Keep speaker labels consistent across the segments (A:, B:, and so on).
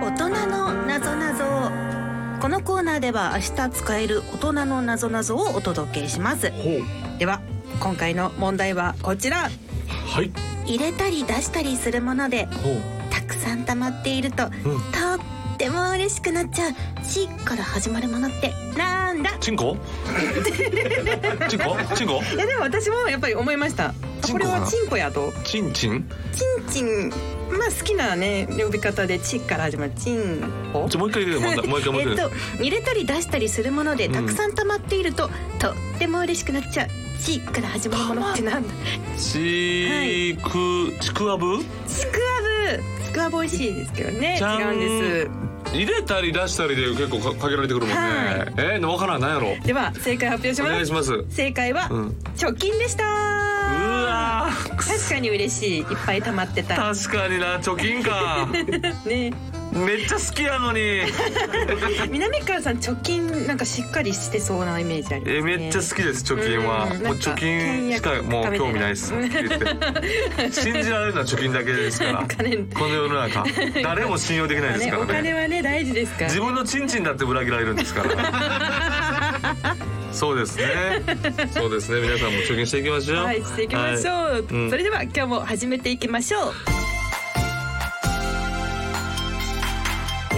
A: 大人のなぞなぞこのコーナーでは明日使える大人のなぞなぞをお届けします
B: ほう
A: では今回の問題はこちら
B: はい
A: 入れたり出したりするもので
B: ほう
A: たくさん溜まっているととっ
B: うん
A: ても嬉しくなっちゃう「ち」から始まるものってなんだ
B: チンコ チンコチンコ
A: いやでも私もやっぱり思いました
B: チンコかなこれはチ
A: ンコやと
B: チンチン
A: チンチンまあ好きなね呼び方で「ち」から始まる「チンコ
B: ち」ょもう一回言う けどもう一回もう
A: えっ
B: 一回
A: と入れたり出したりするもので
B: うん
A: たくさん溜まっていると、とっても嬉しくなっちゃう「ち」から始まるものってなんだ
B: チクチクワブ
A: ちくわぶちくわぶ美味しいですけどね
B: じゃん
A: 違うんです
B: 入れたり出したりで結構か限られてくるもんね
A: はい
B: えーわからんなんやろ
A: では正解発表し
B: お
A: ま
B: 願い
A: す
B: します
A: 正解は、
B: うんう
A: 貯金でした
B: わーくそ
A: 確かに嬉しいいっぱい溜まってた
B: 確かにな貯金 か
A: ね
B: めっちゃ好きやのにえ
A: 南川さん貯金なんかしっかりしてそうなイメージありますね
B: めっちゃ好きです貯金は
A: うん
B: もう貯金しかもう興味ないです
A: うん
B: はっきり言って信じられるのは貯金だけで すから
A: 金
B: この世 の中誰も信用できないです
A: ね
B: か
A: お
B: ら
A: 金
B: ね
A: はね大事ですから
B: 自分のチンチンだって裏切られるんですから そうですねそうですね皆さんも貯金していきましょう
A: はいしていきましょう、
B: はいうん
A: それでは今日も始めていきましょう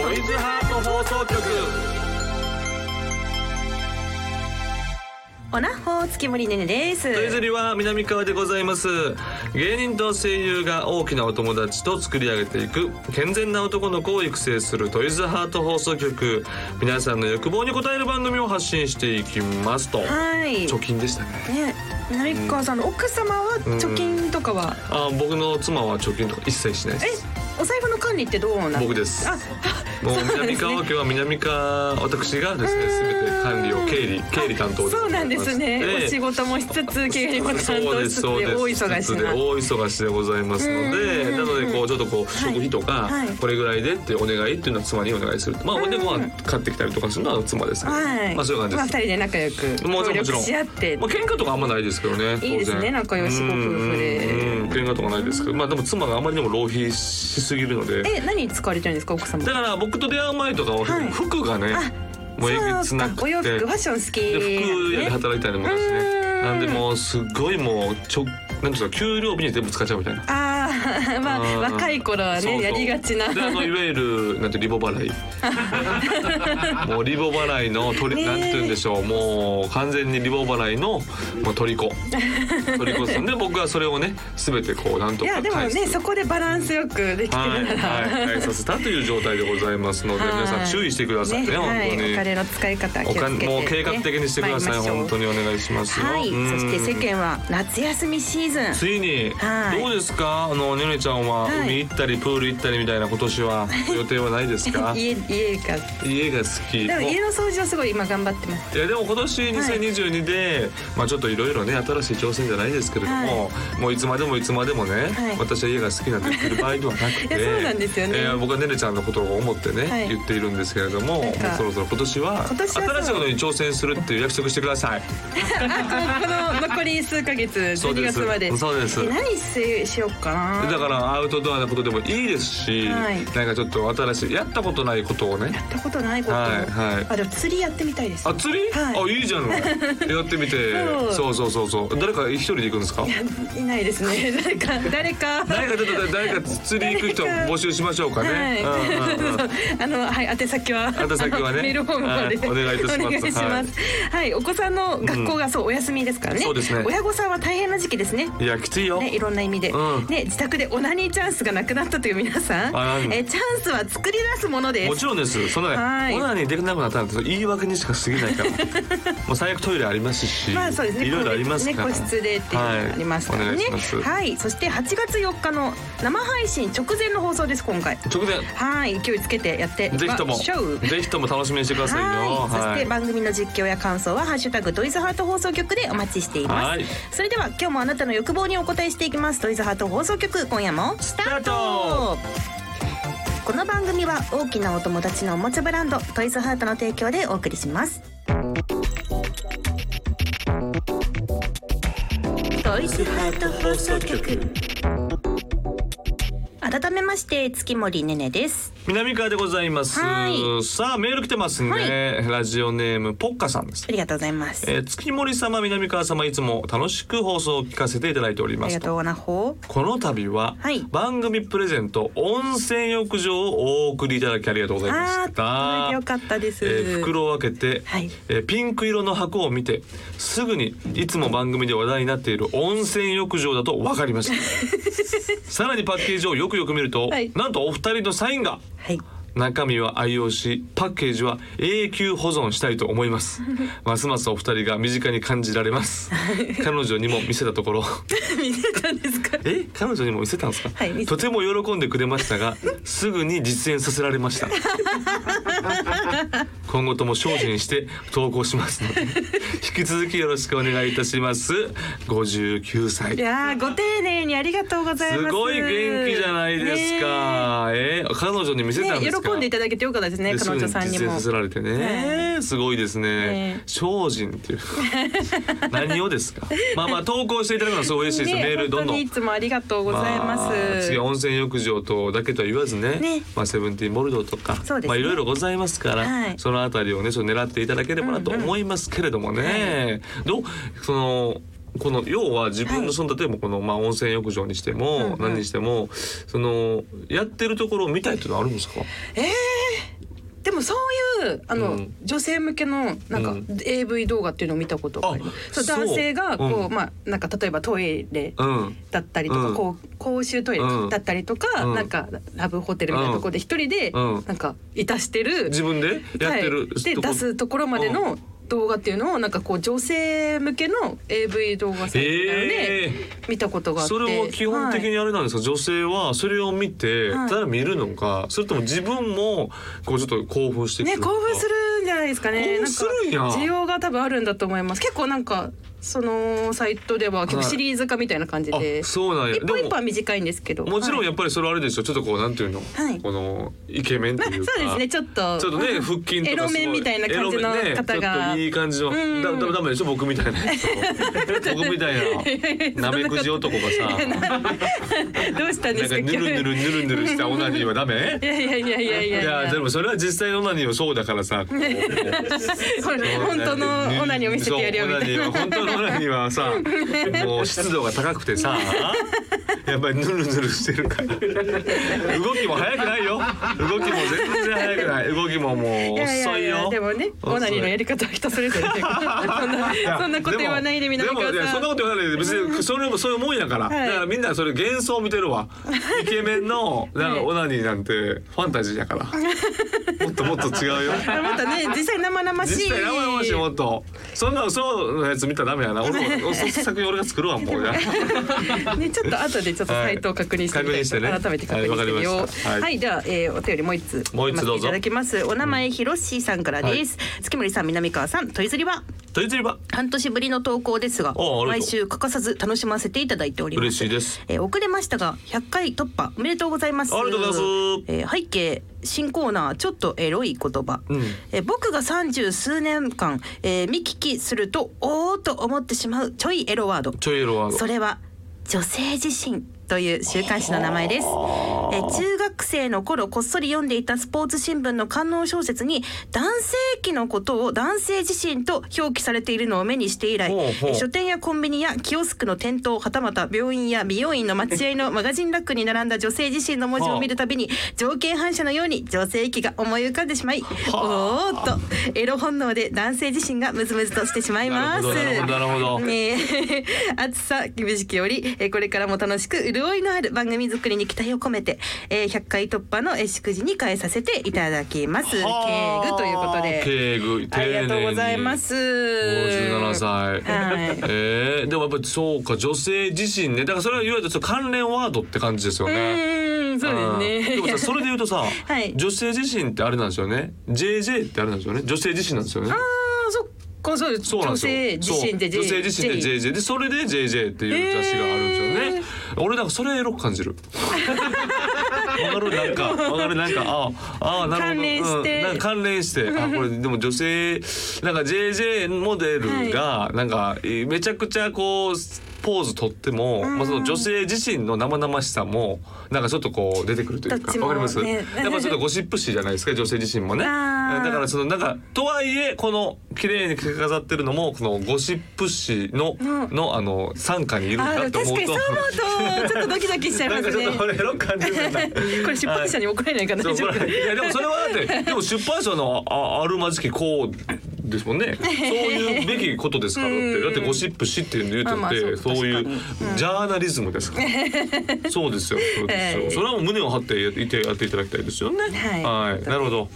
B: トイズハート放送局
A: おなほ月森ねねです
B: トイズリは南川でございます芸人と声優が大きなお友達と作り上げていく健全な男の子を育成するトイズハート放送局皆さんの欲望に応える番組を発信していきますと
A: はい
B: 貯金でしたね
A: ね南川さんの奥様は貯金とかは、
B: あ僕の妻は貯金とか一切しないです
A: えお財布の管理ってどうなん
B: 僕です
A: あ
B: もう南川家は南川私がですね全て管理を経理経理担当で
A: そうなんですね、
B: ええ
A: お仕事もしつつ経理も担当しつつで
B: そうです
A: 大忙し
B: そうです
A: な
B: 大忙しでございますの
A: うん
B: でなのでこうちょっとこう食費とか、
A: はい
B: これぐらいでってお願いっていうのは妻にお願いするまあほんでご飯買ってきたりとかするのは妻ですね、
A: はい、
B: まあそういう
A: まあ二
B: 感じです
A: 人で仲良く
B: もち
A: 協
B: ろんもち
A: 力
B: ろん
A: し合って、
B: まあ喧嘩とかあんまないですけどね当然
A: いいですね仲良しご夫婦で
B: うんうん喧嘩とかないですけどまあでも妻があまりにも浪費しすぎるので
A: え何に使われてるんですか奥様
B: だから僕と出会う前とかは
A: はい
B: 服がね、
A: あ
B: もうえげつなくて
A: お洋服ファッション
B: で
A: 好き
B: 服屋で
A: なんですね
B: 働いたりもですね
A: うん
B: なんでもうすっごいもうちょなんていうか給料日に全部使っちゃうみたいな。
A: ああ まあ
B: うん
A: 若い頃はね
B: そうそう
A: やりがちな
B: であのいわゆるなんてリボ払い もうリボ払いの取
A: ね
B: り、
A: え
B: なんて言うんでしょうもう完全にリボ払いのもう取り子取り子ですんで僕はそれをね全てこうなんと
A: いや
B: か
A: でも
B: 返す
A: ねそこでバランスよくできてるなら、
B: はい、はい、返させたという状態でございますので
A: はい
B: 皆さん注意してくださいね
A: ねはい、
B: 本当に
A: お金の使い方気を
B: お
A: つけて、
B: 金
A: ね、
B: もう計画的にしてくださ
A: 参
B: い、
A: りましょう
B: 本当にお願いしますよ
A: はい
B: うん
A: そして世間は夏休みシーズン
B: ついに、
A: はい
B: どうですかあのねねちゃんは、
A: はい
B: 海行ったりプール行ったりみたいな今年は予定はないです か
A: 家家が
B: 家が好き
A: でも
B: もう
A: 家の掃除はすごい今頑張ってます
B: いやでも今年2022で、まあちょっといろいろね新しい挑戦じゃないですけれども、もういつまでもいつまでもね、
A: はい
B: 私は家が好きなんて言ってる場合ではなく
A: いや
B: て
A: そうなんですよね
B: えー僕はねねちゃんのことを思ってね、
A: はい
B: 言っているんですけれどもも
A: なん
B: う
A: か
B: そろそろ今年は
A: 今年はそう
B: 新しいことに挑戦するっていう約束してください
A: この残り数ヶ月
B: そう
A: 12
B: です
A: 月まで
B: そうです
A: え何ししようかな
B: だからアウトドアなことでもいいですし、
A: はい
B: なんかちょっと新しいやったことないことをね
A: やったことないこと、
B: はいはい
A: あでも釣りやってみたいです
B: あ釣り、
A: はい
B: あいいじゃんやってみて
A: そ
B: そうそうそうそう誰か一人で行くんですか
A: いないですね 誰か誰か
B: 誰かちょっと誰か釣り行く人
A: 誰か
B: 募集しましょうかね、
A: はい、
B: うんうんう ん
A: あのはい宛先は
B: 宛先はね
A: あのメールフォームまで、
B: はいお願いいたします
A: お願いしますはい、お子さんの学校がそう、お休みですからね
B: そうですね
A: 親御さんは大変な時期ですね
B: いやきついよ、
A: ね、いろんな意味で、
B: うん
A: ね、自宅でオナニーチャンスがなくなったという皆さん
B: あ何
A: えチャンスは作り出すものです
B: もちろんですそんな
A: はい
B: ねオナにできなくなったなんて言い訳にしか過ぎない からもう最悪トイレありますし、
A: まあそうですね。
B: いろいろありますから
A: 個室でっていうのがありますから
B: はい、お
A: ね
B: 願いします、。
A: はい。そして8月4日の生配信直前の放送です今回。
B: 直前
A: はい。勢いつけてやっていき
B: ぜひと
A: ま
B: も
A: しょう。
B: ぜひとも楽しみにしてくださいよ
A: はい。そして
B: はい
A: 番組の実況や感想はハッシュタグトイズハート放送局でお待ちしていま
B: はい
A: す。それでは今日もあなたの欲望にお答えしていきます。トイズハート放送局今夜もスター
B: スター
A: ト。この番組は大きなお友達のおもちゃブランドトイズハートの提供でお送りします。トイズハート放送局改めまして月森ねねです
B: 南川でございます。
A: はい
B: さあメール来てますね、
A: は
B: ラジオネームポッカさんです
A: あ。りがとうございます、
B: えー月森様南川様いつも楽しく放送を聞かせていただいており
A: あ
B: ま
A: り
B: す
A: が
B: と
A: とうなほ
B: この度は
A: はい
B: 番組プレゼント温泉浴場をお送りいただきありがとうございま
A: あ
B: し
A: あ
B: た
A: よかったです、
B: えー袋を開けて、
A: はい
B: えーピンク色の箱を見てすぐにいつも番組で話題になっている温泉浴場だと分かりました さらにパッケージをよくよく見ると、
A: はい
B: なんとお二人のサインが
A: はい
B: 中身は愛用しパッケージは永久保存したいと思います ますますお二人が身近に感じられます彼女にも見せたところ
A: 見てたんです か
B: え彼女にも見せたんですか、
A: はい見せた
B: とても喜んでくれ ましたがすぐに実演させられました今後とも精進して投稿しま すので引き続きよろしくお願いいたします59歳
A: いやーご丁寧にありがとうございます
B: すごい元気じゃないですか、えー彼女に見せたん
A: ね
B: ですか、
A: 喜んでいただけてよかったですね
B: で
A: 彼女さんに
B: すぐ実
A: も
B: 践させられてね、すごいですね
A: ね
B: 精進っていう 何をですかまあまあ投稿していただくのはすごい嬉しいです、
A: ね
B: メールどん
A: 本当
B: どん
A: にいつもありがとうございます、
B: あ、次は温泉浴場とだけとは言わずね
A: ね
B: まあ、セブンティーンボルドーとか、
A: そうですね
B: まあいろいろございますから、
A: はい
B: そのあたりをねちょっと狙っていただければなと思いますけれどもね、どうそのこの要は自分
A: は
B: の
A: い
B: その例えばこの、まあ、温泉浴場にしても、
A: うんうん
B: 何にしてもそのやってるところを見たいっていうのはあるんですか
C: でもそういうあの、
B: うん
C: 女性向けのなんか
B: うん
C: AV 動画っていうのを見たことがあります
B: あ
C: そう男性が
B: そう
C: こう、
B: うん
C: まあなんか例えばトイレ
B: うん
C: だったりとか、
B: うん
C: こう公衆トイレ
B: うん
C: だったりとか、
B: うん
C: なんかラブホテルみたいなところで一人で
B: うん
C: なんかいたしてる、
B: 自分で やってる、
C: はいで
B: とこ
C: 出すところまで
B: う
C: の動画っていうのをなんかこう女性向けの AV 動画サイトみたいなので、
B: え
C: 見たことがあって
B: それは基本的
C: はい
B: にあれなんですか、女性はそれを見て、
C: はい
B: ただ見るのかそれとも自分もこうちょっと興奮してくる
C: ね
B: のか
C: 興奮するんじゃないですかね。
B: 興奮するんや
C: なんか需要が多分あるんだと思います。結構なんかそのサイトでは結
B: は
C: 構
B: い
C: シリーズ化みたいな感じで、
B: あそうなんや
C: 一本
B: で
C: 一
B: も
C: 本は短いんですけど。
B: もちろん
C: はい
B: やっぱりそれはあれでしょちょっとこうなんていうの、
A: はい
B: このイケメンっ
C: ま
B: て
C: あそ
B: いううか
C: ですね。ちょっと
B: ちょっとね、腹筋とか
C: エロ面みたいな感じの
B: エロ面ね
C: 方
B: ちょっ
C: が、
B: といい感じの、
C: ん
B: だだダメでしょ僕みたいなやつ 僕みたいななめくじ男がさなんか
C: どうしたんですか。
B: ぬるぬるぬるぬるしたオナニーはダメ
C: いやいやいやいやい
B: い
C: や
B: やでもそれは実際のオナニーはそうだからさこう
C: これ 本当のオナニーを見せてやるよみたい
B: そう
C: な。
B: オナニーは本当のオナニー はさ、もう湿度が高くてさ、やっぱりヌルヌルしてるから。動きも速くないよ。動きも全然速くない。動きももう
C: いやい
B: 遅
C: やい
B: い
C: や
B: よ。
C: でもね
B: 遅い
C: オナニーのやり方は人それぞれでそん ない
B: や
C: そんなこと言わないでみな
B: で
C: み
B: も
C: か
B: いやそ
C: さ
B: んなこと言わないで別にそれもそういうもんやから、
C: はい
B: だからみんなそれ幻想を見てるわイケメンのなんかオナニーなんてファンタジー やからもっともっと違うよ
C: ん。またね実際生々しい。
B: 実際名前もしもっとそんなそうのやつ見たらダメ やな俺もそ作品俺が作るわもうや
C: ね、ちょっと後でちょっとサイトを確認してみたい、
B: はい確認してね
C: 改めて確認してみよう。
B: はい
C: は
B: わかりましたはい
C: い、じゃあ、えー、お便りもう一つ。
B: もう一つどう
C: 読ませて
B: ぞ
C: いただきます。お
A: お
C: 名
A: 名
C: 前、
A: 前ひろしさんからです、月森さん南川さんトイズリは
B: とりつりば
A: 半年ぶりの投稿ですが
B: あありがとう
A: 毎週欠かさず楽しませていただいております
B: 嬉しいです
A: えー遅れましたが100回突破おめでとうございます
B: ありがとうございます
A: えー背景新コーナーちょっとエロい言葉、
B: うん
A: えー僕が三十数年間、えー見聞きするとおーっと思ってしまうちょいエロワード
B: ちょいエロワード
A: それは女性自身という週刊誌の名前です。え中学生の頃こっそり読んでいたスポーツ新聞の観音小説に男性器のことを男性自身と表記されているのを目にして以来
B: ほうほう
A: え書店やコンビニやキオスクの店頭はたまた病院や美容院の待合のマガジンラックに並んだ女性自身の文字を見るたび に条件反射のように女性器が思い浮かんでしまいおーっとエロ本能で男性自身がムズムズとしてしまいます。
B: なるほどなるほどなるほど
A: ねえ ー暑さ厳しきより、えーこれからも楽しく潤いのある番組作りに期待を込めて、えー100回突破のえー祝辞に変えさせていただきます。敬
B: はあ
A: 具ということで。
B: 敬具
A: ありがとうございます。
B: 57歳、
A: はい
B: えーでもやっぱりそうか女性自身ねだからそれはいわゆるちょっと関連ワードって感じですよ
C: う
B: ね
C: ーん、そうです
B: ん
C: ね。
B: でもさそれで言うとさ、
A: はい
B: 女性自身ってあれなんですよね JJ ってあれなんですよね女性自身なんですよね
C: あー、そっか、そうです。
B: そうなん
C: 女
B: ですよ
C: 性自身で
B: そう
C: J
B: 女性自身で
C: J
B: JJ でそれで JJ っていう雑誌があるんですよね、俺なんかそれエロく感じるかるなんか わかるなんかあああなるほ
A: 関連し
B: ど
A: て
B: うんなんか関連してあこれでも女性なんか JJ モデルがなんかえーめちゃくちゃこうポーズとっても、まあその女性自身の生々しさもなんかちょっとこう出てくるという
A: どっ
B: か
A: ち
B: わ
A: も
B: かります。
A: ね
B: やっぱちょっとゴシップ誌じゃないですか女性自身もね。だ
A: あー
B: からそのなんかとはいえこの綺麗に飾ってるのもこのゴシップ誌の
A: うん
B: のあの傘下にいるん
A: あ
B: だ
A: ー
B: と
A: 確
B: 思
A: かに
B: う
A: そ
B: と
A: う。思うとちょっとドキドキしちゃい
B: な
A: ま
B: んか
A: す
B: ちょ
A: ね
B: っとこれエロ感じるんだ。
A: これ出版社に怒られないかな
B: そう
A: 大丈
B: こ
A: 夫
B: れいやでもそれはだ ってでも出版社のあああるまじきこうです もんね。そういうべきことですからだってだってゴシップ誌っていうの
A: ま
B: 言
A: あ
B: う
A: ま
B: と
A: あ
B: って
A: そ
B: そううい
A: 確
B: う
A: か
B: ジャーナリズムですか ら。そうですよそうです
A: は
B: よ。
A: い
B: それはもう胸を張ってやっていてやっていただきたいですよね。
A: はい
B: はい。なるほど。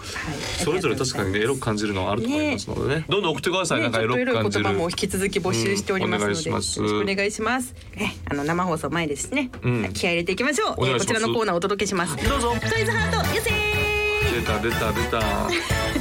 B: それぞれ確かにねエロく感じるのはあると思いますのでね。どんどん送ってください。なん
A: ね、ち
B: か
A: ょ
B: エ
A: っ
B: ロ
A: とエ
B: く
A: ロい
B: 感じ
A: 言
B: る
A: 葉。も引き続き募集しておりますので、
B: うんお願いします
A: よろしくお願いします。ね、あの生放送前ですしね、
B: うん
A: 気合い入れていきましょう。
B: お願
A: え
B: いしま
A: ー
B: す
A: こちらのコーナーをお届けします。
B: どうぞ。
A: トイズハート、よせー。
B: 出た出た 出た。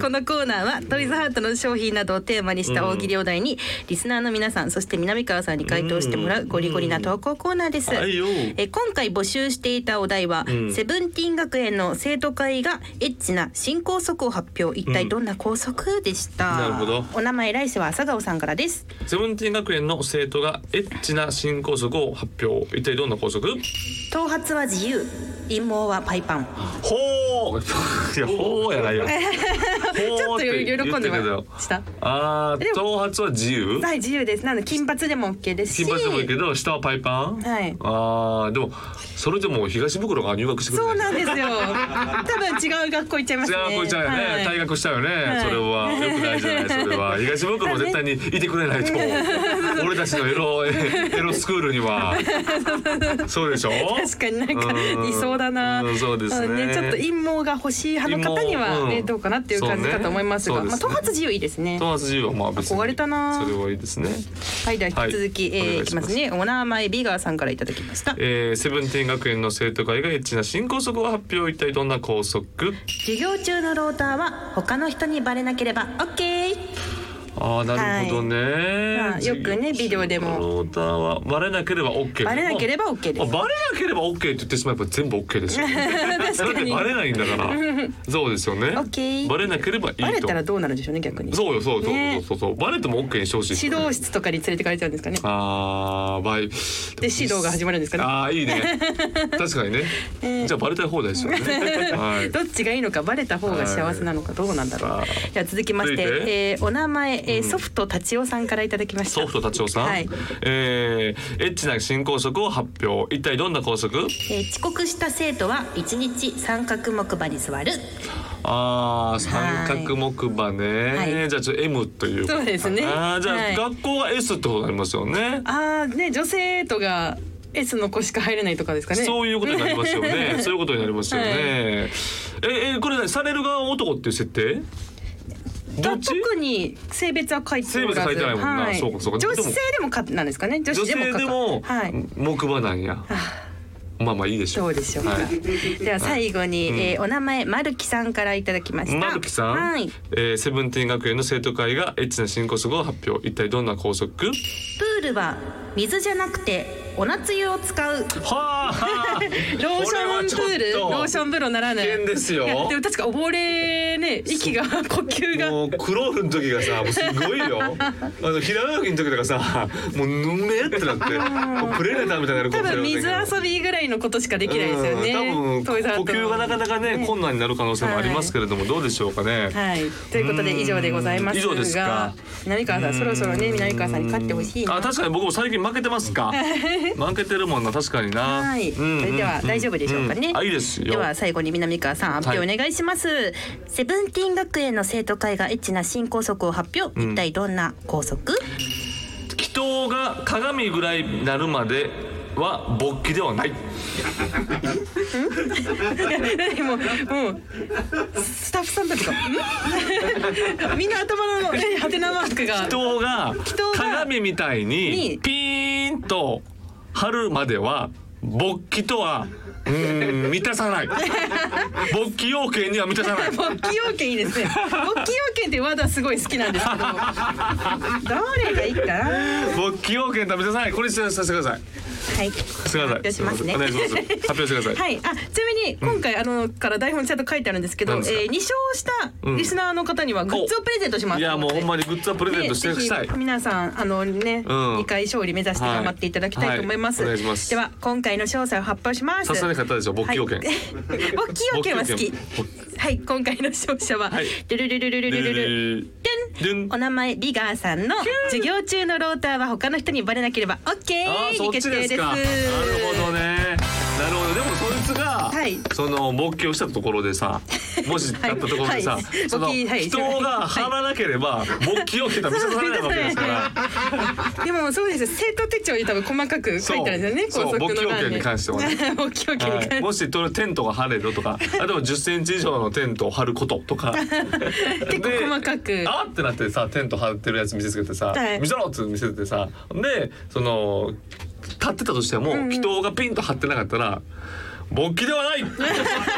A: このコーナーはトイズハートの商品などをテーマにした大喜利お題にリスナーの皆さんそして南川さんに回答してもらうゴリゴリな投稿コーナーです。
B: はいよ
A: え今回募集していたお題は、
B: うん
A: セブンティーン学園の生徒会がエッチな新校則を発表一体どんな校則でした、
B: うんなるほど
A: お名前来世は朝顔さんからです
B: セブンティーン学園の生徒がエッチな新校則を発表一体どんな校則
A: 頭髪は自由陰毛はパイパン
B: ほう いやほうやないよち
A: ちょっと余裕喜んでま
B: よ
A: した
B: あー頭髪は自由
A: はい自由ですなので金髪でも OK ですし
B: 金髪でもいいけど下はパイパン
A: はい
B: あーでもそれでも東袋が入学してくれ
A: そう
B: な
A: な
B: い
A: んですよ多分違う学校行っちゃいます
B: 違
A: ね
B: うこいちゃうよね、
A: はい
B: 退学しちゃうよね、
A: い
B: それはよくないじゃないそ れは東袋も絶対にいてくれないと俺たちのエロ エロスクールに はそうでしょ
A: 確かになんか
B: うん
A: いそうだな。
B: うんそうですね
A: ちょっと陰毛が欲しい派の方には、
B: 陰毛
A: ね
B: うん
A: どうかなっていう感じかと思います
B: そ
A: が、
B: うね
A: まあ
B: そう
A: 頭
B: で
A: 髪
B: すね
A: 自由いいですね。
B: トマスジーはまあ別に
A: 憧れたな
B: それはいいですね。
A: はい、では引き続き、
B: はい
A: え
B: お
A: ー
B: 願
A: い
B: い
A: き
B: しま
A: ますすね。お名前ビガーさんからいただきました。
B: えー、セブンティーン学園の生徒会がエッチな新校則を発表一体どんな校則
A: 授業中のローターは他の人にバレなければ OK。
B: ああなるほどね、
A: まあよくねビデオでも
B: ローターはバレなければ OK
A: バレなければ OK です
B: あバレなければ OK って言ってしまえば全部 OK です よ確
A: かに
B: だってバレないんだからそうですよね
A: OK
B: バレなければいいと
A: バレたらどうなるんでしょうね逆に。
B: そうよそうそうそう
A: ね
B: そうそう、バレても OK にしてほしいですよ
A: 指
B: ね
A: 導室とかに連れてかれちゃうんです かね。
B: ああバイ
A: で
B: で
A: 指導が始まるんですかね
B: ああい いね確かにね、じゃあバレたい方ですよね はい
A: どっちがいいのかバレた方が幸せなのかどうなんだろう。
B: はい
A: では続きまして、
B: 続いて
A: えーお名前、えーソフト達夫さんからいただきました。
B: ソフト達夫さん、
A: はい
B: えーエッチな新校則を発表一体どんな校則
A: えー遅刻した生徒は一日三角木馬に座る。
B: あー三角木馬ね、
A: はい
B: じゃあちょっと M という
A: そうですね
B: あーじゃあ、
A: はい
B: 学校が S ってことになりますよね
A: ああね女生徒が S の子しか入れないとかですかね。
B: そういうことになります よねそういうことになりますよね、
A: はい
B: ええこれ何される側は男っていう設定どっち
A: 特に性別は書いておらず
B: 性別書いてないもんな
A: はい
B: そうかそうか
A: 女
B: で
A: 性
B: も
A: でもかなんですかね。女
B: 女
A: 子でも
B: 性
A: か
B: でも
A: はい。
B: 木馬なんや、まあまあいいでし
A: ど
B: ょう
A: うでしょうか。
B: はい
A: では最後に、
B: うん
A: えーお名前まるきさんからいただきました。
B: まるきさん、
A: はい。
B: えーセブンティーン学園の生徒会がエッチな新校則を発表一体どんな校則
A: プールは水じゃなくてお夏湯を使 う
B: は あ
A: ローションプールローション風呂ならぬ
B: 危険ですよ
A: いやでも確か溺れね息が 呼吸が
B: もうクロールの時がさもうすごいよあの平泳ぎの時とかさもうぬめって なってもうプレレターみたいになるか
A: 多
B: もし
A: 分
B: れない
A: 水遊びぐらいのことしかできないですよね
B: うん多
A: トイザらス
B: 分
A: と
B: 呼吸がなかなかね困難になる可能性もありますけれども、どうでしょうかね、
A: はいということ
B: うん
A: で以上でございます
B: 以上ですか
A: が南川さんそろそろね南川さんに勝ってほしいな
B: あ確かに僕も最近負けてま すか負けてるもんな確かにな
A: はい、
B: うんうん
A: それでは大丈夫でしょうかね、
B: んあいいですよ
A: では最後に南川さん発表お願いします、セブンティーン学園の生徒会がエッチな新校則を発表、一体どんな校則
B: 祈祷が鏡ぐらいになるまでは勃起ではない
A: 何もうもうスタッフさんたちがん みんな頭のえハテナマーク が
B: 祈祷が
A: 祷が
B: 鏡みたいに
A: に
B: ピーンと張るまでは勃起とはうーん満た さない勃起要件には満たさない
A: 勃起要件いいですね勃起要件ってワードはすごい好きなんですけど どれがいいかなは
B: 勃起要件とは満たさないこれさせてください
A: い
B: すみませ
A: 発
B: ん。
A: 表しますね
B: お願いします。発表してください。
A: はい、あちなみに今回、あのから台本ちゃんと書いてあるんですけど、え
B: 何ですか
A: ー、2勝した
B: ん
A: リスナーの方にはグッズをプレゼントします、
B: いやもうほんまにグッズはプレゼントして
A: ねぜひ
B: したい。
A: 皆さんあのね、
B: うん
A: 2回勝利目指して頑張っていただきたいと思います,、
B: はいはいお願いします
A: では今回の詳細を発表します
B: さすがに買ったでしょ勃起 要件
A: はい勃起要件は好きはい今回の勝者は、
B: はい
A: ルルルルルルルルル
B: ルン
A: お名前リガーさんの授業中のローターは他の人にバレなければ OK に決定です
B: なるほどね。なるほど。でもそいつが、
A: はい
B: その勃起をしたところ でさ、もしだったところでさ、
A: はいはい
B: その
A: 勃起はい
B: 人が張らなければ、勃起を受けたら見せされないわけですか ら。
A: でもそうですよ生徒手帳に多分細かく書いてあるんですよ
B: そ
A: ね
B: う
A: 高速の欄
B: そう勃起要件
A: に
B: に関して はね
A: 勃起要件に関し
B: は
A: て
B: い、もしとりあえずテントが張れるとか、あと10センチ以上のテントを張ることとか。
A: 結構
B: で
A: 細かく
B: あーってなってさテント張ってるやつ見せつけてさ、
A: はい
B: 見せろっつって見せてさでその立ってたとしても、祈祷がピンと張ってなかったら勃起ではない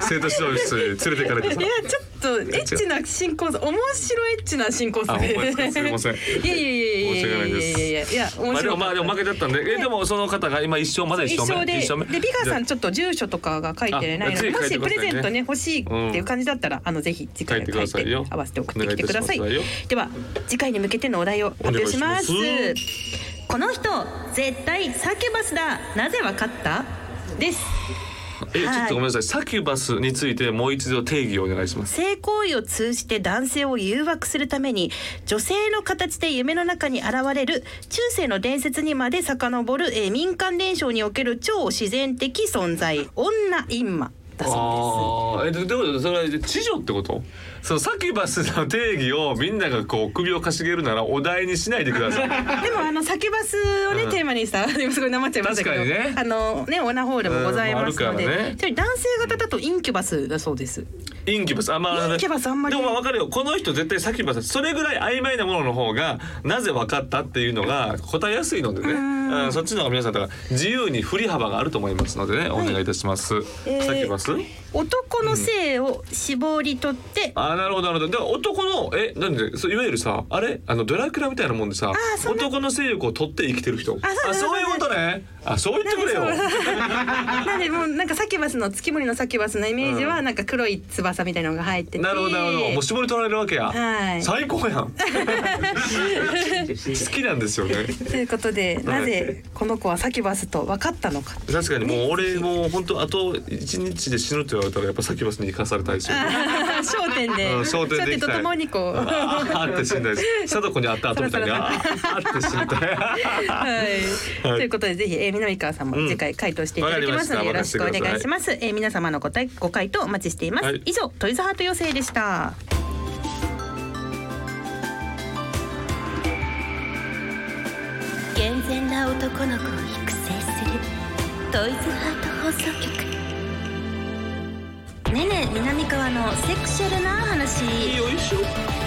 B: 生徒指導室へ連れていかれてさ
A: いやちょっとエッチな進行面白エッチな進行
B: あ
A: さ
B: ほんまですかすいません
A: いやいやいやいやいやいやいやいや面
B: まあで
A: 白か
B: もま
A: っ
B: あでも
A: た
B: 負けちゃったんで、えでもその方が今一生まだ一
A: 一
B: 生
A: 緒
B: 目
A: で、でビガーさん
B: じ
A: ちょっと住所とかが書いてないので、
B: あ
A: も
B: ぜひ書
A: し
B: いてくださいね
A: プレゼントね欲しいっていう感じだったら、あのぜひ次回
B: 書いてくださいよ
A: 合わせて送ってきてください。
B: お願いいたし
A: では次回に向けてのお題を発表します。
B: お願い
A: この人絶対サケバスだ。なぜわかった？です。
B: ゃえちょっとごめんなさいサキュバスについてもう一度定義をお願いします
A: 性行為を通じて男性を誘惑するために女性の形で夢の中に現れる中世の伝説にまで遡る、えー民間伝承における超自然的存在女インマだそう
B: ああーえででもそれは知女ってことそのサキュバスの定義をみんながこう首をかしげるならお題にしないでくだ さい
A: です。でもあの酒バスをね、
B: うん
A: テーマにしたでもすごいなまっちゃいましたけど、
B: 確かにね
A: あのねオナホールもございますので、
B: うんあるからね
A: ちなみに男性型だとインキュバスだそうです。
B: インキュバスあまあ
A: インキュバスあんまり
B: でもまあわかるよこの人絶対サキュバスそれぐらい曖昧なものの方がなぜ分かったっていうのが答えやすいのでねうんそっちの方が皆さんだから自由に振り幅があると思いますのでねお願いいたします、
A: えー
B: サキュバス
A: 男の性を絞り取って、
B: あーなるほどなるほどで男のえなんでそういわゆるさあれあのドラクラみたいなもんでさ
A: ーそんな
B: 男の性欲を取って生きてる人
A: そう
B: あそういうことねあそう言ってくれ よ
A: なんでもうなんかサキュバスの月森のサキュバスのイメージはなんか黒い翼みたいなのが入ってて、
B: なるほどなるほどもう絞り取られるわけや、
A: はい
B: 最高や ん好きなんですよね
A: ということで、なぜこの子はサキュバスと分かったの か。
B: 確かにもう俺もう本当あと一日で死ぬって言われたらやっぱサキュバスに行かされたいですよね
A: 焦点で、
B: うん焦点でいき
A: と
B: たい
A: ともにこう。は
B: あーって死んだ いです貞子に会った後みたいにあーって死んだい
A: い、ということでぜひ、えー、南川さんも次回回答していただきますので、
B: うん
A: よ
B: わかり
A: ろ
B: ま
A: し
B: した
A: くお願いします、えー、皆様のご対ご回答お待ちしています、
B: はい
A: 以上トイズハート養成でした
D: 健全な男の子を育成するトイズハート放送局ねえねえ南川のセクシャルな話
B: よいしょ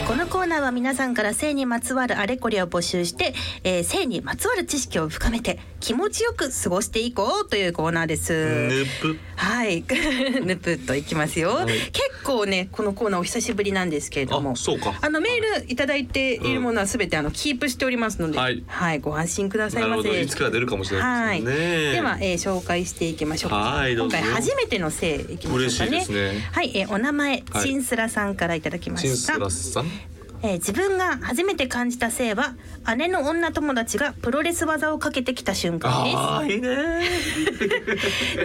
A: このコーナーは皆さんから性にまつわるあれこれを募集して、えー、性にまつわる知識を深めて気持ちよく過ごしていこうというコーナーです。
B: ぬぷ
A: はい、 ぬぷっといきますよ、
B: い
A: 結構ねこのコーナーお久しぶりなんですけれども
B: あそうか
A: あのメールいただいているものはすべてあのキープしておりますので、
B: はい
A: ご安心くださ
B: ないる
A: ま
B: ほど
A: せ
B: いつかは出るかもしれな
A: はいい、
B: ですね
A: では、えー、紹介していきましょうか
B: はいど
A: 今
B: うぞ
A: 回初めての性いきましょうかね
B: 嬉しいですね
A: はい、えー、お名前、
B: はい
A: チンスラさんからいただきま
B: チンス
A: した
B: ラスさん
A: えー自分が初めて感じた性は姉の女友達がプロレス技をかけてきた瞬間です
B: あーいいね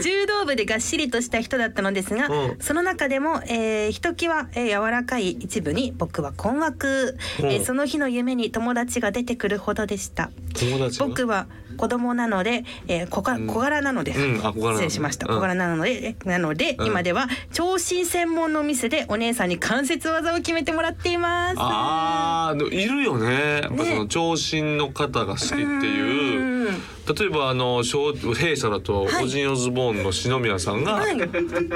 A: 柔道部でがっしりとした人だったのですが、
B: うん
A: その中でも、えーひときわ、えー柔らかい一部に僕は困惑、
B: うん
A: えーその日の夢に友達が出てくるほどでした
B: 友達が
A: 僕は子供なので、えー小が小柄なので、
B: うんあ小柄なの
A: 失礼しました
B: うん
A: 小柄なので、えなので、
B: ん
A: 今では長身専門のお店でお姉さんに関節技を決めてもらっています
B: あーでもいるよねやっぱその
A: ね
B: 長身の方が好きっていう例えばあの小弊社だと、オジン・オズボーンの篠宮さんが、
A: はい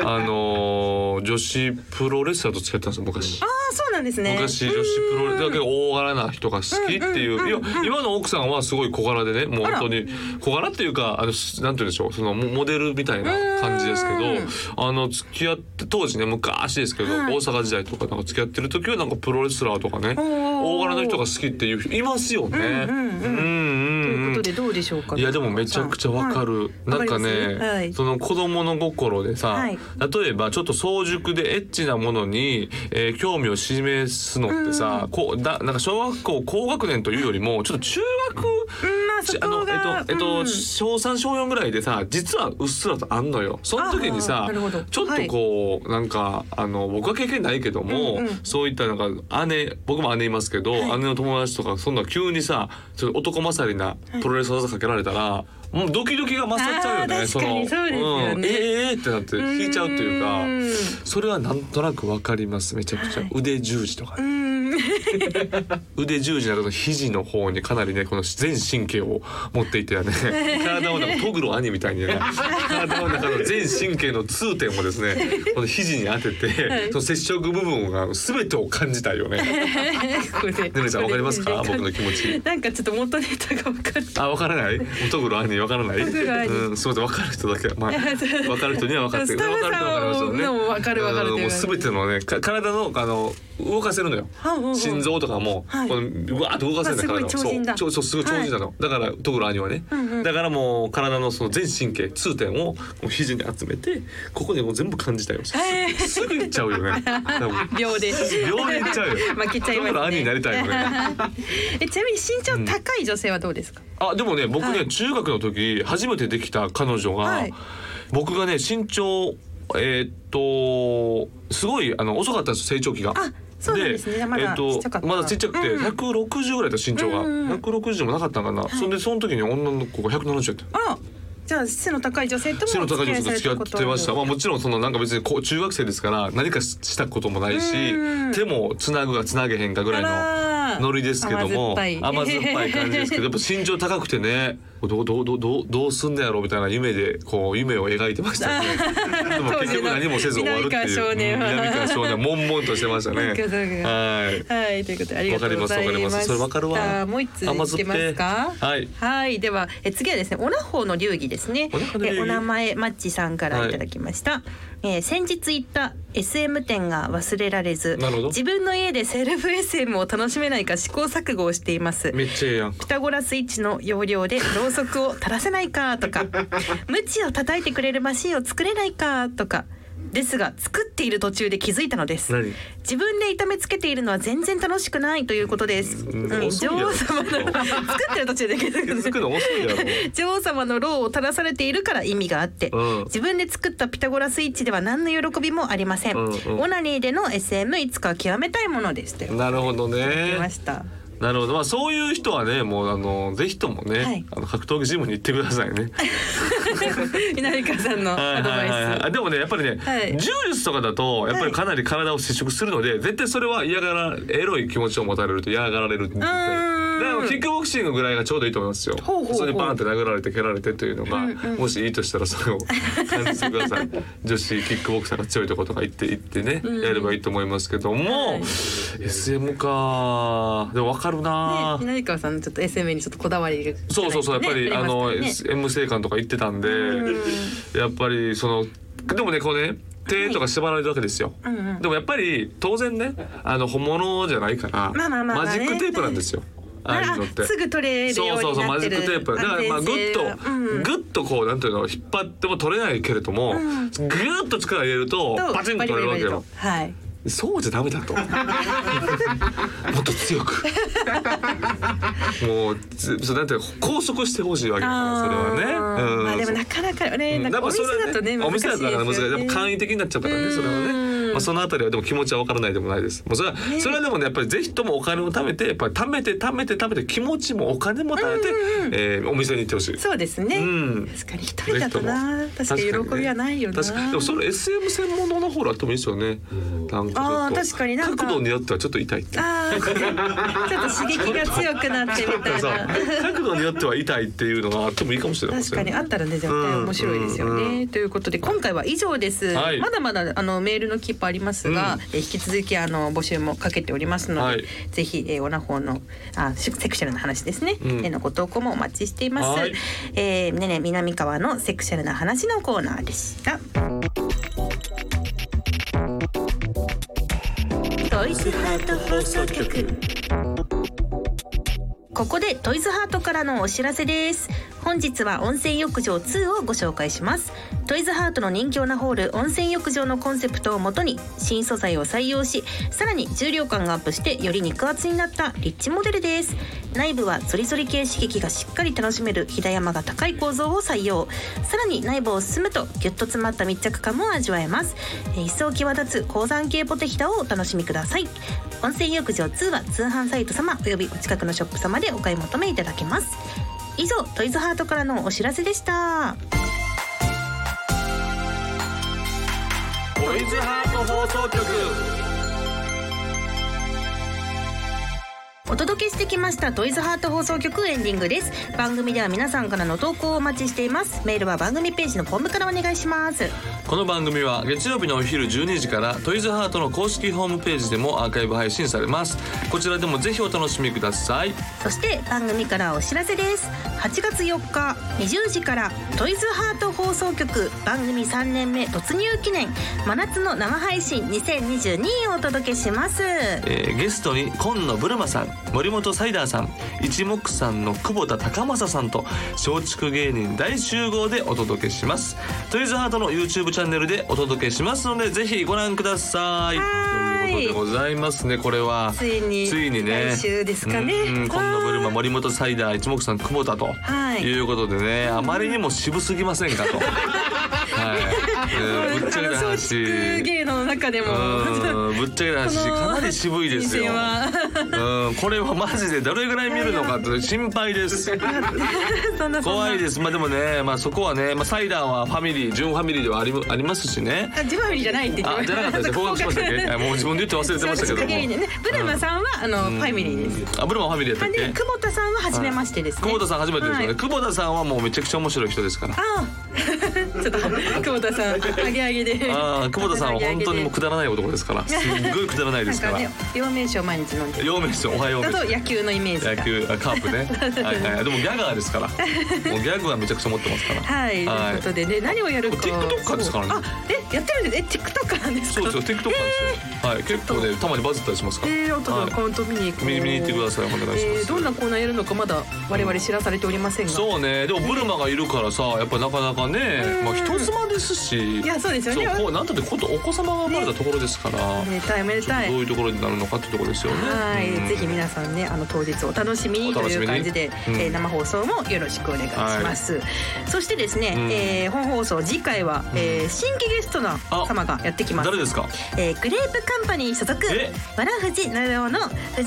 B: あのー女子プロレスラーと付き合ってたんですよ昔。
A: あそうなんですね
B: 昔女子プロレスだけど大柄な人が好きっていういや今の奥さんはすごい小柄でねもう本当に小柄っていうかあのすなんて言うんでしょうそのモモデルみたいな感じですけどあの付き合って当時ね昔ですけど大阪時代とかなんか付き合ってる時はなんかプロレスラーとかね大柄の人が好きっていう人いますよね。うんうん
A: と
B: うん
A: いうことでどうでしょうか
B: いやでもめちゃくちゃわかる、なんかね、
A: わかりますはい
B: その子供の心でさ、
A: はい
B: 例えばちょっと早熟でエッチなものに、えー興味を示すのってさ、こうだなんか小学校高学年というよりもちょっと中学、
A: うんまあそ
B: ち
A: こが
B: あのえっと、えっと
A: うん
B: 小3小4ぐらいでさ実はうっすらとあんのよその時に
A: あ
B: さ
A: ーなるほど
B: ちょっとこう、なんかあの僕は経験ないけども、
A: うんうん
B: そういったなんか姉僕も姉いますけど、姉の友達とかそんな急にさちょっと男勝りなプロレス技かけられたら、もうドキドキが勝っちゃうよ
A: あ
B: ね
A: ー確かにそうですよね
B: ん、えー、えーってなって引いちゃうっていうか
A: うん
B: それはなんとなくわかりますめちゃくちゃ、腕十字とかね、
A: うん
B: 腕十字などの肘の方にかなりねこの全神経を持っていては ね体をなんかトグロ兄みたいにね体の中の全神経の痛点をですね この肘に当てて、その接触部分が全てを感じたいよね。
A: これで
B: ねねちゃんわかりま す か僕の気持ち。
A: なんかちょっと元ネタが分かる
B: あ、わからない。トグロ兄わからない。
A: トグロ兄
B: うん、すみません、わかる人だけ、まあ、
A: そう
B: わかる人にはわかって
A: スタッフさんはもうわかるわかるっていう
B: もうすべてのね、か体のあの動かせるのよ
A: はあはあは。あ
B: 心臓とかも、
A: はい
B: このうわーっと動かせるの
A: あすごい
B: 体を
A: 超人だ
B: そう、ちょそうすごい超人なの。だからトグロ兄はね、だからもう体のその全神経痛点をこう肘に集めて、ここでもう全部感じたよ。すすぐ行っちゃう よね。多分
A: 秒 で
B: 秒で行っちゃうよ。
A: 負 けちゃいますね
B: トグロ兄になりたいよね。
A: えちなみに身長高い女性はどうですか、
B: あでもね僕ね、
A: はい
B: 中学の時初めてできた彼女が、
A: はい
B: 僕がね身長えーっとすごいあの遅かったんですよ成長期が。
A: あそうなんですねまだ
B: えー
A: ちっちゃかった
B: まだちっちゃくて、
A: うん
B: 160ぐらいだった身長が、
A: うんうんうん
B: 160もなかったんかな、それでその時に女の子が170やった。
A: あらじゃあ背の高い女性とも
B: 背の高い女性と付き合
A: お
B: ってました。まあもちろんそのなんか別にこう中学生ですから何かしたこともないし
A: うん、
B: 手もつなぐかつなげへんかぐらいの
A: あら
B: ノリですけども
A: 甘酸っぱい
B: 甘酸っぱい感じですけどやっぱ身長高くてねどうどうどうどうどうすんのやろうみたいな夢でこう夢を描いてましたね でも結局何もせず終わるってい
A: 南川少
B: う
A: 年は
B: うん南川少年は悶々としてましたね
A: 南川少年は
B: はい
A: はいということでありがとうござい
B: わかり
A: ま
B: ますわかります
A: す
B: それわかるわ
A: もう一ついけますか
B: 甘酸っぱいはい
A: ではえ次はですねオラホーの流儀ですね
B: オラホの流儀
A: えお名前マッチさんからいただきました、えー先日行った SM 店が忘れられず
B: なるほど
A: 自分の家でセルフ SM を楽しめないか試行錯誤をしています
B: めっちゃええやん
A: ピタゴラスイッチの要領でろうそくを垂らせないか とか鞭を叩いてくれるマシンを作れないかとかですが作っている途中で気づいたのです
B: 何
A: 自分で痛めつけているのは全然楽しくないということです、うんん、女王
B: 遅いや
A: 様
B: ろ
A: の 作ってる途中で気づ
B: 気
A: く
B: づくの遅いやろ
A: 女王様のローを垂らされているから意味があって、
B: うん
A: 自分で作ったピタゴラスイッチでは何の喜びもありません、
B: うんうん
A: オナニーでの SM いつかは極めたいものです という
B: なるほど
A: 言いま
B: ね
A: した
B: なるほどまあそういう人はねもうあのぜひともね、
A: はい
B: あの格闘技ジムに行ってくださいね
A: 南川さんの
B: は
A: ア
B: い
A: ドバ
B: は
A: イ
B: い
A: ス、
B: はいはいあでもねやっぱりね、
A: はい
B: 柔術とかだとやっぱりかなり体を接触するので、絶対それは嫌がらエロい気持ちを持たれると嫌がられるんでだからキックボクシングぐらいがちょうどいいと思いますよ
A: ほうほうほう
B: それでバーンって殴られて蹴られてというのが、もしいいとしたらそれを感じてく ださい女子キックボクサーが強いとことか行って行ってね、やればいいと思いますけども、SM かでも分かるな、
A: ね、南川さんのちょっと SM にちょっとこだわりが、
B: そうそうそう、やっぱり、
A: ね
B: あの、
A: あります
B: S- M 生館とか行ってたんで、やっぱりそのでもねこうね手とか縛られるわけですよ、でもやっぱり当然ねあの本物じゃないから、
A: まあまあまあまあ
B: マ
A: ね
B: ジックテープなんですよ、ああいうのって
A: あ。すぐ取れるようにな
B: そ
A: っ
B: う
A: てる
B: そうそうマジックテープだからまあ
A: 安
B: グ
A: 全
B: ッ
A: 性
B: と
A: はうん
B: グッとこうなんていうの引っ張っても取れないけれどもグッと力入れると
A: と
B: パチンと取れるわ
A: バリバリ
B: け
A: バ
B: よ
A: リとはい
B: そうじゃダメ だともっと強くもうずそうなんていうの拘束してほしいわけだからそれ
A: あ
B: はね
A: ー
B: うん
A: まあでもなかなかね、なんかお
B: そ
A: 店
B: れは
A: だとね難しい
B: お
A: です
B: 店だ
A: よ
B: とだから難しいやっぱ簡易的になっちゃうからねそれはね
A: う
E: まあ、そのあたりはでも気持ちは分からないでもないですもうそれは、それはでもねやっぱりぜひともお金を貯めてやっぱり貯めて貯めて貯めて気持ちもお金も貯めて、えーお店に行ってほしい。
A: そうですね、
E: うん
A: 確かに一人だとな確かに喜びはないよな
E: 確かにね確かにでもその SM 専門のホールあってもいいですよね。なんか
A: あー
E: ちょっと
A: 確かになんか
E: 角度によってはちょっと痛いって。
A: あ ーちょっと刺激が強くなってみたいな
E: さ角度によっては痛いっていうのがあってもいいかもしれま
A: 確
E: せん。
A: かにあったらね絶対面白いですよね。
E: うんうん
A: ということで今回は以上です。
E: はい
A: まだまだあのメールのキープありますが、
E: うん
A: え引き続きあの募集もかけておりますので、
E: はい
A: ぜひ、えー、オナホーのあセクシャルな話ですね、
E: うん
A: えーのご投稿もお待ちしています。
E: はい
A: えーねね南川のセクシャルな話のコーナーでした。
B: トイズハート放送局
A: ここでトイズハートからのお知らせです本日は温泉浴場2をご紹介しますトイズハートの人気オナホール温泉浴場のコンセプトをもとに新素材を採用しさらに重量感がアップしてより肉厚になったリッチモデルです内部はゾリゾリ系刺激がしっかり楽しめるひだ山が高い構造を採用さらに内部を進むとギュッと詰まった密着感も味わえますえー一層際立つ高山系ポテヒダをお楽しみください温泉浴場2は通販サイト様およびお近くのショップ様でお買い求めいただけます以上トイズハートからのお知らせでした
E: トイズハート放送局。
A: お届けしてきましたトイズハート放送局エンディングです番組では皆さんからの投稿をお待ちしていますメールは番組ページのフォームからお願いします
E: この番組は月曜日のお昼12時からトイズハートの公式ホームページでもアーカイブ配信されます。こちらでもぜひお楽しみください。
A: そして番組からお知らせです8月4日20時からトイズハート放送局番組3年目突入記念真夏の生配信2022をお届けします
E: えーゲストに紺野ブルマさん森本サイダーさん一目散の久保田高政さんと松竹芸人大集合でお届けしますトイズハートの YouTube チャンネルでお届けしますのでぜひご覧ください
A: はーい
E: ということでございますねこれは
A: ついに
E: ついにね
A: 来週ですかね
E: うんうん紺野ブルマ
A: はーい
E: 森本サイダー一目散久保田と
A: はい
E: いうことでね、あまりにも渋すぎませんか とはい、えーぶっちゃけた
A: あの
E: 話
A: 松竹芸能の中でも
E: うんぶっちゃけた話
A: この
E: かなり渋いですよ。
A: 人生は
E: うんこれはマジでどれぐらい見るのかって心配 です。
A: そんなそんな
E: 怖いです。まあでもね、まあそこはね、まあサイダーはファミリー、純ファミリーではありありますしね。
A: あジュバフリじゃないって言っ
E: あ、
A: て
E: じゃなかった ですね。合格しま したっけ？あもう自分で言って忘れてましたけ
A: 松
E: ど
A: 竹芸人
E: も。
A: ねブルマさんはあのファミリーです
E: あ、ブルマファミリーや
A: あ
E: った
A: で
E: っけ？
A: 久保田さんは初めましてですね
E: 久保田さん初めてですよ
A: は
E: ね。
A: い
E: 久保田さんはもうめちゃくちゃ面白い人ですから。
A: ああ ちょっと久保田さんあげあげで
E: あー久保田さんは本当にもう
A: う
E: くだらない男ですから。すっごいくだらないで
A: なん
E: すか
A: からね。両名詞を毎日飲んでる
E: 陽明ですよおはよう
A: だ
E: です
A: と野球のイメージが
E: 野球あカープね はいはいでもギャガーですからもうギャグはめちゃくちゃ持ってますから
A: はい、ということでね何をやるか
E: TikToker ですからね
A: そうあえやってるんですえ TikToker なんです
E: そう
A: か
E: ですよ TikTok なんですよはい結構ねたまにバズったりしますから
A: えー、後でアカウント見に行く、
E: 見見に行ってくださいお願いします
A: えーどんなコーナーやるのかまだ我々知らされておりませんが、
E: そうねでもブルマがいるからさやっぱなかなかねまあ人妻ですし
A: いやそうですよね
E: そうこうなんたってことお子様が生まれたところですから
A: めでたいめでたい
E: どういうところになるのかってところですよね
A: はい、
E: うん
A: ぜひ皆さんねあの当日お楽しみに
E: お
A: と
E: 楽
A: い
E: しみ
A: う
E: に
A: 感じで、
E: うん
A: えー生放送もよろしくお願いします、そしてですね、
E: うん
A: えー本放送次回は、えー新規ゲストの様がやってきます
E: 誰ですか
A: えーグレープカンパニー所属
E: え
A: わらふじなるおの藤浦さんが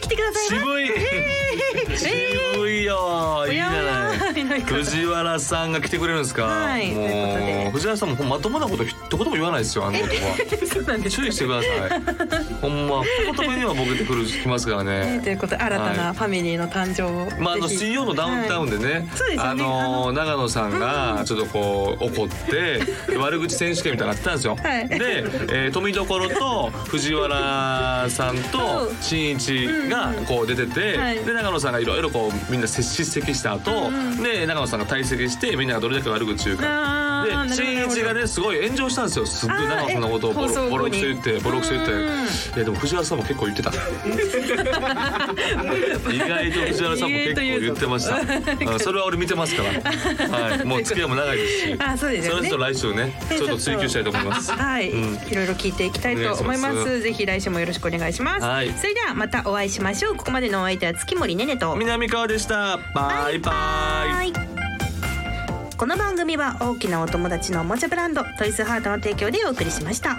A: 来てくださいます
E: 渋い渋いよいいじゃない
A: おやお やなんか
E: 藤原さんが来てくれるんですか、
A: はい
E: も
A: ということで
E: う藤原さんもほんままともなこと一言も言わないですよあの男は
A: そうなんです
E: 注意してくだ さいほんま一言目にはボケてくるきますから
A: ね
E: ね
A: ということで新たなファミリーの誕生を、
E: まあ、あの
A: ぜひ
E: 水曜のダウンタウンでね、
A: そうですよね
E: あ
A: あ
E: のー長野さんがちょっとこう怒って悪口選手権みたいなのやってたんですよ。
A: はい
E: で、えー、富所と藤原さんと
A: そう
E: 新一がこう出てて、
A: はい
E: で長野さんがいろいろこうみんな叱責した後、で長野さんが退席してみんながどれだけ悪口言う
A: あー
E: か
A: なるほ。
E: で
A: ど
E: 新一がねすごい炎上したんですよ。すっごい長野さんのことをボ
A: あーえ
E: ロボロクソ言ってボロクソ言って
A: うん、
E: いやでも藤原さんも結構 言ってた。意外と藤原さんも結構言ってました。うんそれは俺見てますから。 はい、もう付き合いも長いですし。
A: あそうです
E: そ
A: よ
E: れ
A: ね
E: ちょっと来週ね、ちょっと追求したいと思います。
A: はい、
E: うん
A: いろいろ聞いていきたいと思いま
E: お願
A: す
E: いしま
A: ぜひ来週もよろしくお願いします、
E: はい
A: それではまたお会いしましょうここまでのお相手は月森ねねと
E: 南川でした。バイバイ。
A: はいこの番組は大きなお友達のおもちゃブランドトイズハートの提供でお送りしました